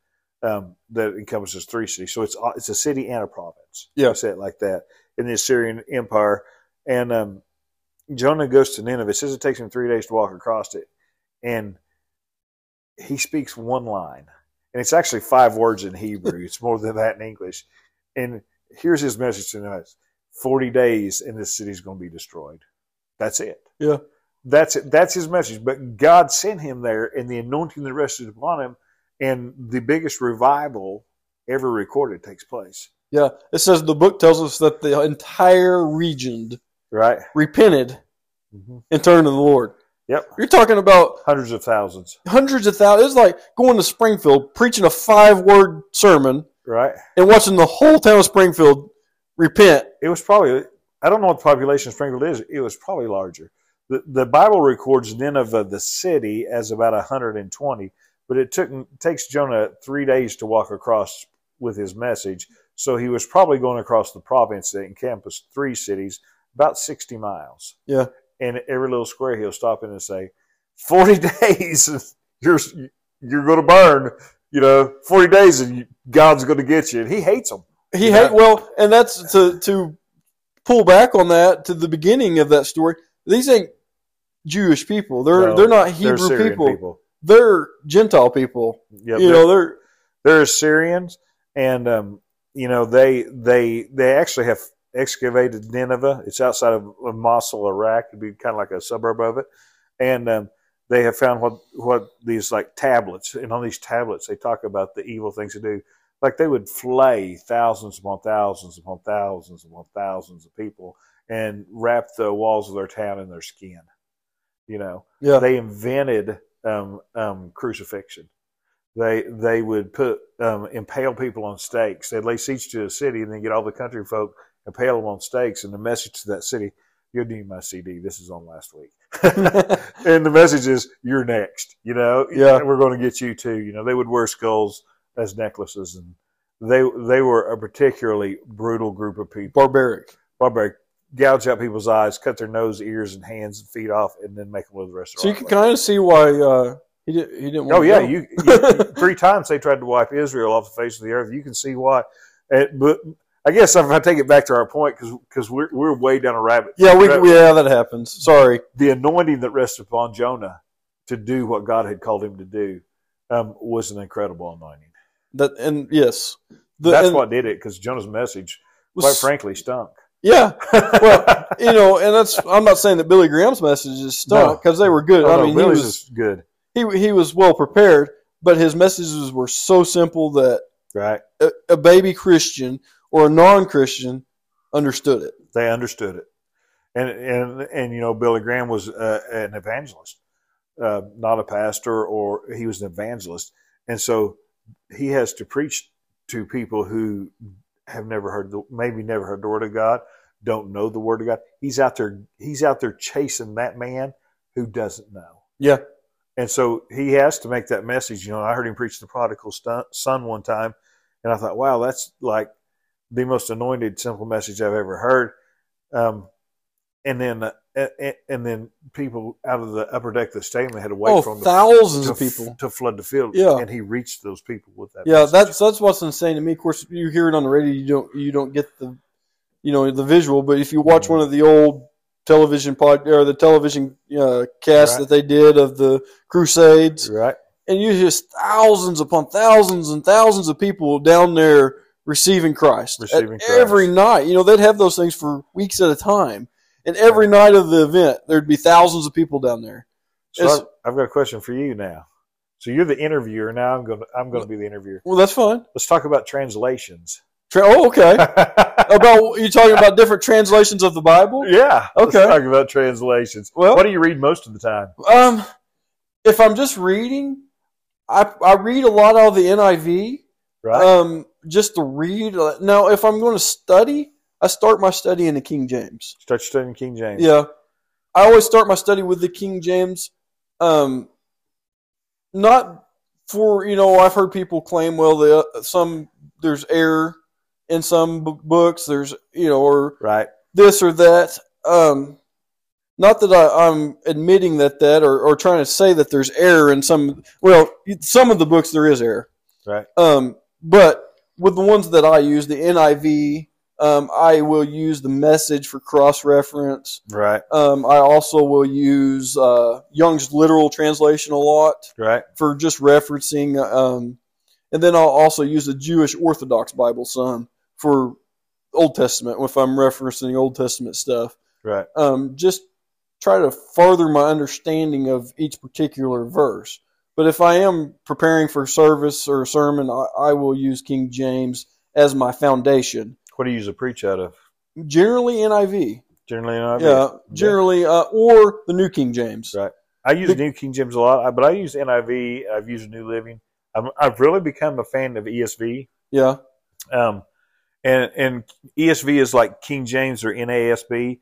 um, that encompasses three cities. So it's uh, it's a city and a province. Yeah. I say it like that in the Assyrian Empire. And um, Jonah goes to Nineveh. It says it takes him three days to walk across it, and he speaks one line, and it's actually five words in Hebrew. it's more than that in English. And here's his message to us: forty days, and this city's going to be destroyed. That's it. Yeah. That's it. That's his message. But God sent him there, and the anointing that rested upon him, and the biggest revival ever recorded takes place. Yeah. It says the book tells us that the entire region Right? repented and turned to the Lord. Yep. You're talking about Hundreds of thousands. hundreds of thousands. It's like going to Springfield, preaching a five word sermon, Right? and watching the whole town of Springfield repent. It was probably. I don't know what the population of Springfield is. It was probably larger. The, the Bible records Nineveh, the city, as about 120, but it took takes Jonah three days to walk across with his message. So he was probably going across the province that encompassed three cities, about 60 miles. Yeah. And every little square he'll stop in and say, 40 days, you're, you're going to burn. You know, 40 days and you, God's going to get you. And he hates them. He Yeah. hate well, and that's to to pull back on that to the beginning of that story. These ain't Jewish people. They're No, they're not They're Hebrew Syrian people. people. They're Gentile people. Yeah, you they're- know, they're they're Assyrians, and um, you know they they they actually have excavated Nineveh. It's outside of, of Mosul, Iraq. It'd be kind of like a suburb of it, and um, they have found what what these like tablets, and on these tablets they talk about the evil things to do. Like they would flay thousands upon thousands upon thousands upon thousands of people, and wrap the walls of their town in their skin. You know, yeah. they invented um, um, crucifixion. They they would put um, impale people on stakes. They'd lace each to a city, and then get all the country folk impale them on stakes. And the message to that city: "You'll need my CD. This is on last week." and the message is, "You're next." You know, Yeah. we're going to get you too. You know, they would wear skulls as necklaces, and they they were a particularly brutal group of people Barbaric. barbaric, gouge out people's eyes, cut their nose, ears, and hands and feet off, and then make them live the rest of So you their can life. kind of see why uh, he did, he didn't. Want Oh to yeah, go. you, you- three times they tried to wipe Israel off the face of the earth. You can see why. And- but I guess if I take it back to our point, because we're we're way down a rabbit. yeah we yeah that happens. Sorry. The anointing that rested upon Jonah to do what God had called him to do um, was an incredible anointing. That and yes. The- That's and- what did it because Jonah's message, was- quite frankly, stunk. Yeah, Well, you know, and that's I'm not saying that Billy Graham's message is stuck because they were good. Oh, I no, mean, Billy's he was is good, he he was well prepared, but his messages were so simple that right? a, a baby Christian or a non-Christian understood it. they understood it. And and and you know, Billy Graham was uh, an evangelist, uh, not a pastor, or he was an evangelist, and so he has to preach to people who have never heard, the, maybe never heard the word of God, don't know the word of God. He's out there, he's out there chasing that man who doesn't know. Yeah. And so he has to make that message. You know, I heard him preach the prodigal stu- son one time, and I thought, wow, that's like the most anointed, simple message I've ever heard. Um, and then, uh, and, and then people out of the upper deck of the stadium had to wait oh, for him to, thousands to, of people. to flood the field. Yeah. and he reached those people with that. yeah, message. that's that's what's insane to me. Of course, you hear it on the radio, you don't you don't get the you know the visual, but if you watch Mm-hmm. one of the old television pod or the television uh, cast Right. that they did of the Crusades, right. and you just thousands upon thousands and thousands of people down there receiving Christ, Receiving At Christ. every night. You know, they'd have those things for weeks at a time. And every night of the event, there'd be thousands of people down there. So It's- I've, I've got a question for you now. So you're the interviewer now. I'm going. To, I'm going to be the interviewer. Well, that's fun. Let's talk about translations. Tra- oh, okay. yeah. about you talking about different translations of the Bible? Let's Okay. talk about translations. Well, What do you read most of the time? Um, if I'm just reading, I I read a lot out of the NIV. Right. Um, just to read. Now, if I'm going to study, I start my study in the King James. Start studying King James. Yeah, I always start my study with the King James. Um, not for you know I've heard people claim well the uh, some there's error in some b- books there's you know or Right. this or that. Um, not that I, I'm admitting that that or, or trying to say that there's error in some. Well, some of the books there is error. Right. Um, but with the ones that I use, the NIV, um, I will use the Message for cross reference. Right. Um, I also will use uh, Young's literal translation a lot Right. for just referencing. Um, and then I'll also use the Jewish Orthodox Bible some for Old Testament if I'm referencing Old Testament stuff. Right. Um, just try to further my understanding of each particular verse. But if I am preparing for service or a sermon, I, I will use King James as my foundation. What do you usually preach out of? Generally NIV. Generally, in NIV? Yeah, generally, uh, or the New King James. Right. I use The- New King James a lot, but I use NIV. I've used New Living. I'm, I've really become a fan of E ESV. Yeah, Um, and and ESV is like King James or NASB.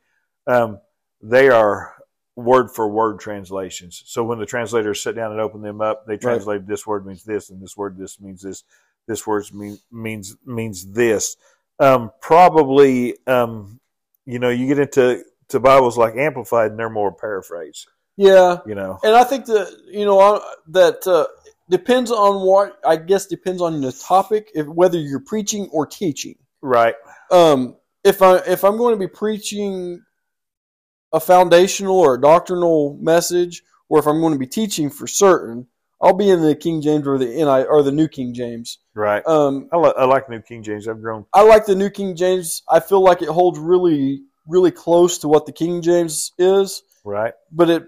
Um, they are word for word translations. So when the translators sit down and open them up, they translate this word means this, and this word this means this. This word mean, means means this. Um, probably, um, you know, you get into to Bibles like Amplified, and they're more paraphrase. yeah. You know, And I think that you know I- that uh, depends on what I guess depends on the topic, if, whether you're preaching or teaching. right? Um, if I if I'm going to be preaching a foundational or a doctrinal message, or if I'm going to be teaching for certain, I'll be in the King James or the NI or the New King James. Right. Um, I, li- I like New King James. I've grown. I like the New King James. I feel like it holds really really close to what the King James is. Right. but it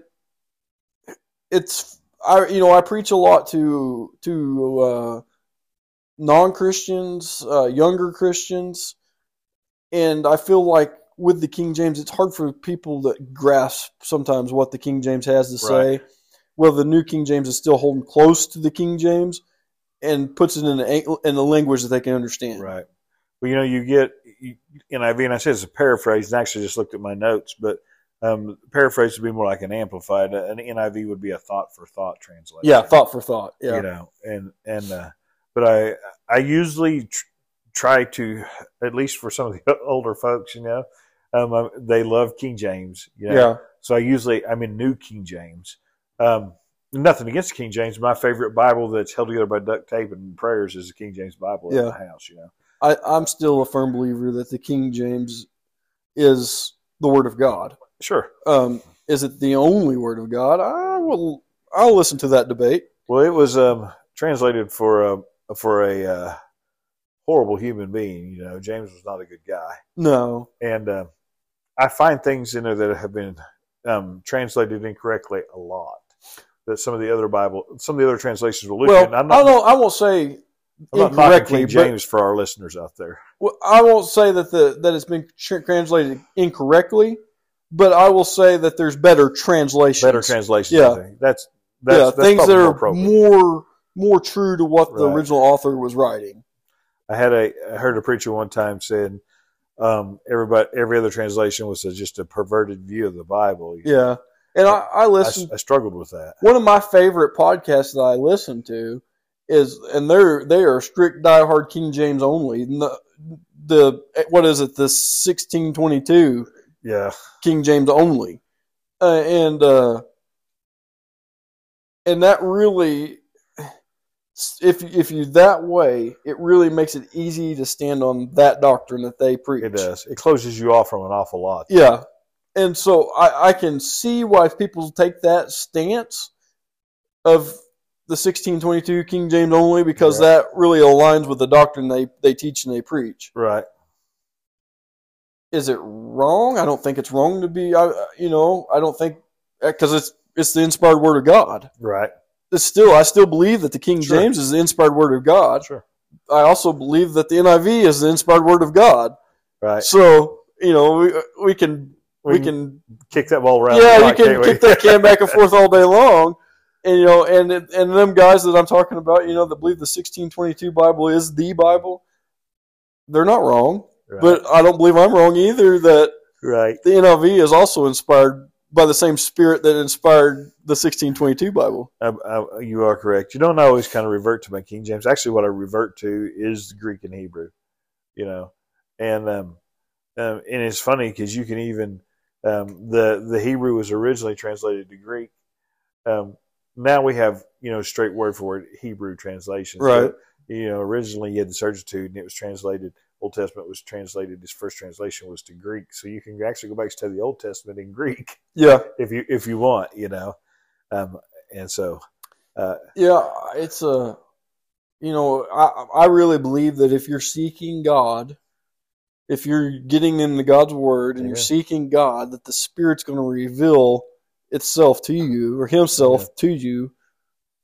it's I you know I preach a lot to to uh, non Christians, uh, younger Christians, and I feel like with the King James, it's hard for people to grasp sometimes what the King James has to say. Right. Well, the New King James is still holding close to the King James and puts it in a, in a language that they can understand. Right. Well, you know, you get you, NIV, and I said it's a paraphrase, and I actually just looked at my notes, but um, paraphrase would be more like an amplified. An NIV would be a thought for thought translation. Yeah, thought for thought. Yeah. You know, and and uh, but I I usually tr- try to at least for some of the older folks, you know, um, I- they love King James. You know? yeah. So I usually I'm in New King James. Um, nothing against King James. My favorite Bible that's held together by duct tape and prayers is the King James Bible in Yeah. my house. You know, I, I'm still a firm believer that the King James is the Word of God. sure. Um, is it the only Word of God? I will. I'll listen to that debate. Well, it was um, translated for a for a uh, horrible human being. You know, James was not a good guy, No. and uh, I find things in there that have been um, translated incorrectly a lot. That some of the other Bible, some of the other translations will look. well, and I'm I not, don't. I won't say I'm not talking incorrectly, King but- James for our listeners out there. Well, I won't say that the that it's been tr- translated incorrectly, but I will say that there's better translations. Better translations. Yeah. I think. that's that's, yeah, that's things probably that more are appropriate. more more true to what the Right. original author was writing. I had a I heard a preacher one time saying um, everybody every other translation was a, just a perverted view of the Bible. Yeah, and I, I I, listened I struggled with that. one of my favorite podcasts that I listen to is, and they're they are strict diehard King James only. And The, the what is it? The sixteen twenty two Yeah, King James only, uh, and uh, and that really, if if you that way, it really makes it easy to stand on that doctrine that they preach. it does. It closes you off from an awful lot. Yeah. And so I, I can see why people take that stance of the 1622 King James only because Right. that really aligns with the doctrine they, they teach and they preach. Right. Is it wrong? I don't think it's wrong to be, I, you know, I don't think, because it's, it's the inspired word of God. Right. It's still, I still believe that the King Sure. James is the inspired word of God. Sure. I also believe that the NIV is the inspired word of God. Right. Mm. So, you know, we, we can, we can kick that ball around. Yeah, a you lot, can can't we? kick that can back and forth all day long, and you know, and it- and them guys that I'm talking about, you know, that believe the 1622 Bible is the Bible, they're not wrong, Right. but I don't believe I'm wrong either. That right. the NIV is also inspired by the same spirit that inspired the 1622 Bible. Um, uh, you are correct. You don't always kind of revert to my King James. Actually, what I revert to is Greek and Hebrew, you know, and um, um, and it's funny because you can even um, the the Hebrew was originally translated to Greek. Um, now we have you know straight word for word Hebrew translations. Right. you know, originally you had the Certitude, and it was translated. Old Testament was translated. Its first translation was to Greek, so you can actually go back and study the Old Testament in Greek Yeah, if you if you want, you know. Um, and so yeah, it's a, you know, I I really believe that if you're seeking God, if you're getting into God's word and you're Yeah. seeking God, that the Spirit's going to reveal itself to you or Himself to you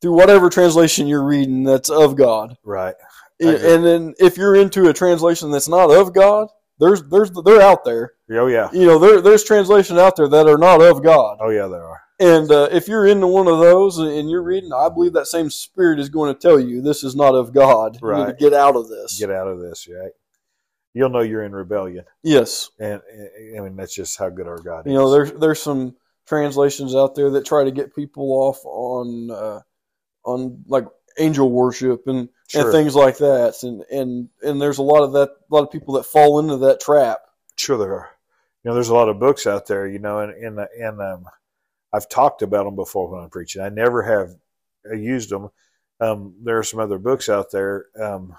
through whatever translation you're reading that's of God. Right. I agree. And then if you're into a translation that's not of God, there's there's they're out there. Oh yeah. You know, there, there's translations out there that are not of God. Oh yeah, there are. And uh, if you're into one of those and you're reading, I believe that same spirit is going to tell you this is not of God. You need to Right. get out of this. Get out of this, right? You'll know you're in rebellion, Yes. and, and I mean that's just how good our God You is. know, there's there's some translations out there that try to get people off on uh, on like angel worship and, and Sure. things like that. And, and and there's a lot of that a lot of people that fall into that trap. Sure, there are. You know, there's a lot of books out there. You know, and and and um, I've talked about them before when I'm preaching. I never have uh, used them. Um, there are some other books out there um,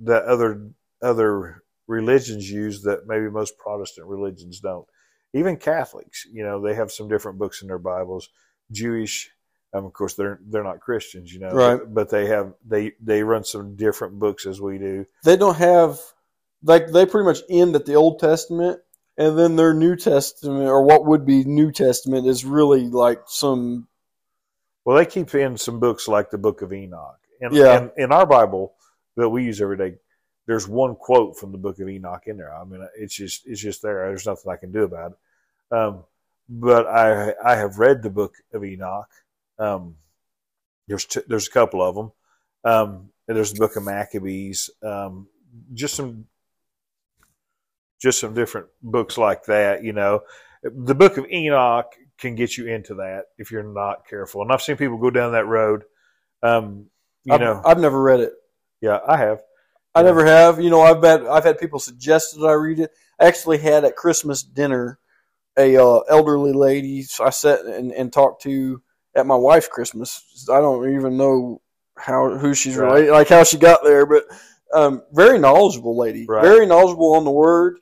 that other other religions use that maybe most Protestant religions don't. Even Catholics, you know, they have some different books in their Bibles. Jewish, um, of course, they're they're not Christians, you know, Right. But they have they they run some different books as we do. They don't have like they pretty much end at the Old Testament and then their New Testament or what would be New Testament is really like some Well, they keep in some books like the Book of Enoch. And, Yeah. and in our Bible that we use every day, there's one quote from the Book of Enoch in there. I mean, it's just it's just there. There's nothing I can do about it. Um, but I I have read the Book of Enoch. Um, there's two, there's a couple of them. Um, and there's the Book of Maccabees. Um, just some just some different books like that. You know, the Book of Enoch can get you into that if you're not careful. And I've seen people go down that road. Um, you I've, know, I've never read it. yeah, I have. I Yeah. never have. You know, I've had I've had people suggest that I read it. I actually had at Christmas dinner a uh, elderly lady so I sat and, and talked to at my wife's Christmas. I don't even know how who she's Right. related, like how she got there, but um, very knowledgeable lady, Right. very knowledgeable on the word,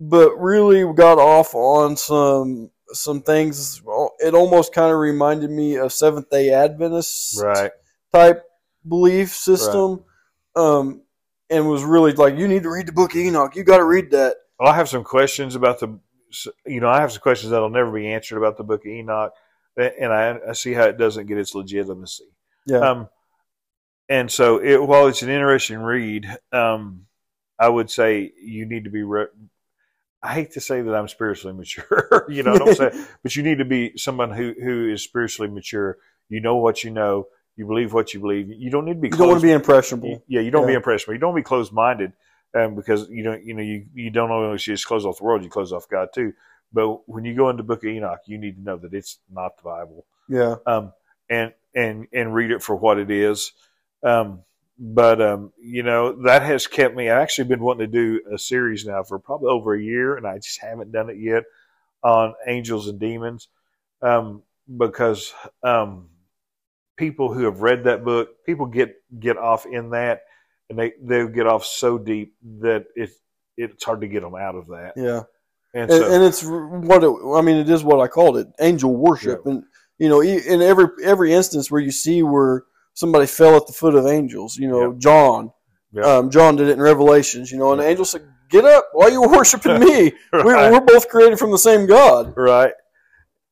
but really got off on some some things. It almost kind of reminded me of Seventh Day Adventists, Right. type belief system, um, and was really like, you need to read the book of Enoch. You got to read that. Well, I have some questions about the, you know, I have some questions that'll never be answered about the Book of Enoch, and I, I see how it doesn't get its legitimacy. Yeah. Um, and so, it, while it's an interesting read, um, I would say you need to be. Re- I hate to say that I'm spiritually mature, you know, I don't say, but you need to be someone who who is spiritually mature. You know what you know. You believe what you believe. You don't need to be. you don't want closed- to be impressionable. you- yeah, you don't be Yeah. impressionable. You don't be closed minded, um, because you don't you know you you don't always just close off the world. You close off God too. But when you go into Book of Enoch, you need to know that it's not the Bible, Yeah. um, and and and read it for what it is. Um, but um, you know that has kept me. I've actually been wanting to do a series now for probably over a year, and I just haven't done it yet on angels and demons, um, because um, people who have read that book, people get get off in that, and they they get off so deep that it it's hard to get them out of that. Yeah. And, And so, and it's what it, I mean. It is what I called it, angel worship, and you know, e- in every every instance where you see where somebody fell at the foot of angels, you know, John, Yeah. um, John did it in Revelations, you know, and the Yeah. angel said, "Get up! Why are you worshiping me? we're, Right. we're both created from the same God." right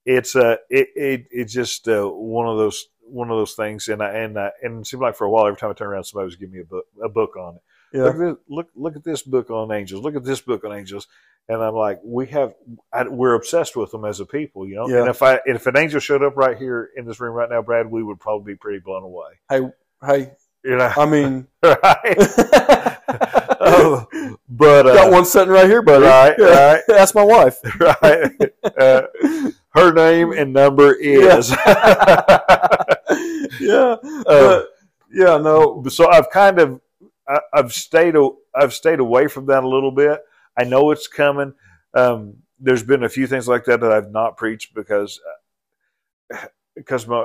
it's uh it, it it's just uh, one of those one of those things and I, and I, and it seemed like for a while every time I turn around somebody was giving me a book a book on it Yeah. look at this, look look at this book on angels look at this book on angels and I'm like we have I, we're obsessed with them as a people you know Yeah. and if I and if an angel showed up right here in this room right now Brad we would probably be pretty blown away Hey, you know I mean, right got Oh, but uh, one sitting right here, buddy. right right That's my wife. right uh, her name and number is. yeah, but, yeah, no, so I've kind of I, I've stayed a, I've stayed away from that a little bit. I know it's coming. Um, there's been a few things like that that I've not preached because because my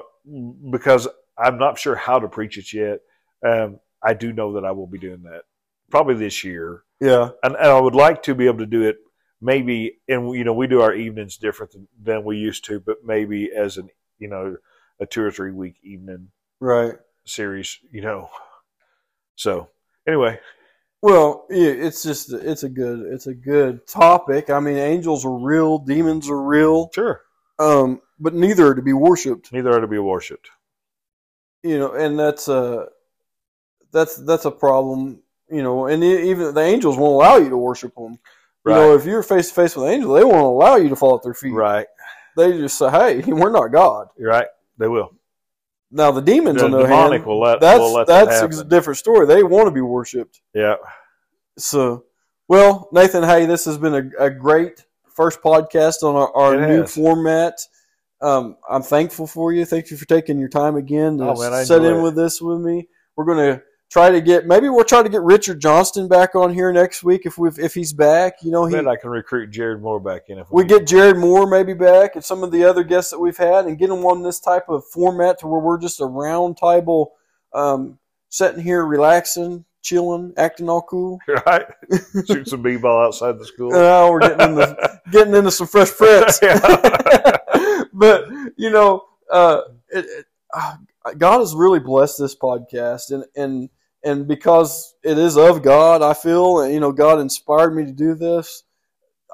because I'm not sure how to preach it yet. Um, I do know that I will be doing that probably this year, yeah, and, and I would like to be able to do it maybe. And you know, we do our evenings different than, than we used to, but maybe as an you know a two or three week evening right. series, you know. So anyway, Well, yeah, it's just it's a good it's a good topic. I mean, angels are real, demons are real, Sure. um, but neither are to be worshipped. Neither are to be worshipped. You know, and that's a that's that's a problem. You know, and e- even the angels won't allow you to worship them. Right. You know, if you're face to face with an angel, they won't allow you to fall at their feet. right. They just say, "Hey, we're not God." You're right. They will. Now the demons, The on the other demonic hand, will let, that's will let that's that a happen. different story. They want to be worshipped. yeah. So, well, Nathan, hey, this has been a, a great first podcast on our, our It new has. format. Um, I'm thankful for you. Thank you for taking your time again to Oh, man, I set enjoy in it. with this with me. We're going to try to get maybe we'll try to get Richard Johnston back on here next week if we if he's back. You know, he Bet I can recruit Jared Moore back in if we get Jared Moore maybe back and some of the other guests that we've had and get them on this type of format to where we're just a round table, um, sitting here relaxing, chilling, acting all cool. right. Shoot some b-ball outside the school. Uh, we're getting in the getting into some fresh prints. but you know, uh, it, it, ah, God has really blessed this podcast, and and and because it is of God, I feel and, you know God inspired me to do this.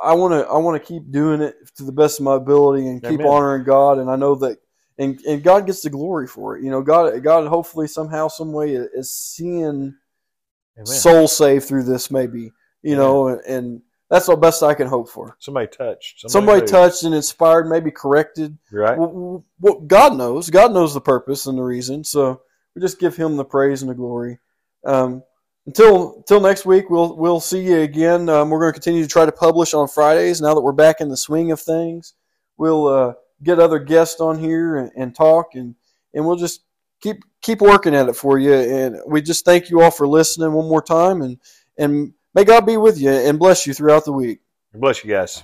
I want to I want to keep doing it to the best of my ability and keep Amen. honoring God, and I know that. And, and God gets the glory for it, you know. God, God, hopefully, somehow, some way, is seeing Amen. soul saved through this, maybe, you Yeah. know, and, and that's the best I can hope for. Somebody touched. Somebody, moved. touched and inspired, maybe corrected. You're Right. Well, well, well, God knows. God knows the purpose and the reason. So we just give Him the praise and the glory. Um, until until next week, we'll we'll see you again. Um, we're going to continue to try to publish on Fridays. Now that we're back in the swing of things, we'll uh, get other guests on here and, and talk, and and we'll just keep keep working at it for you. And we just thank you all for listening one more time, and and may God be with you and bless you throughout the week. Bless you guys.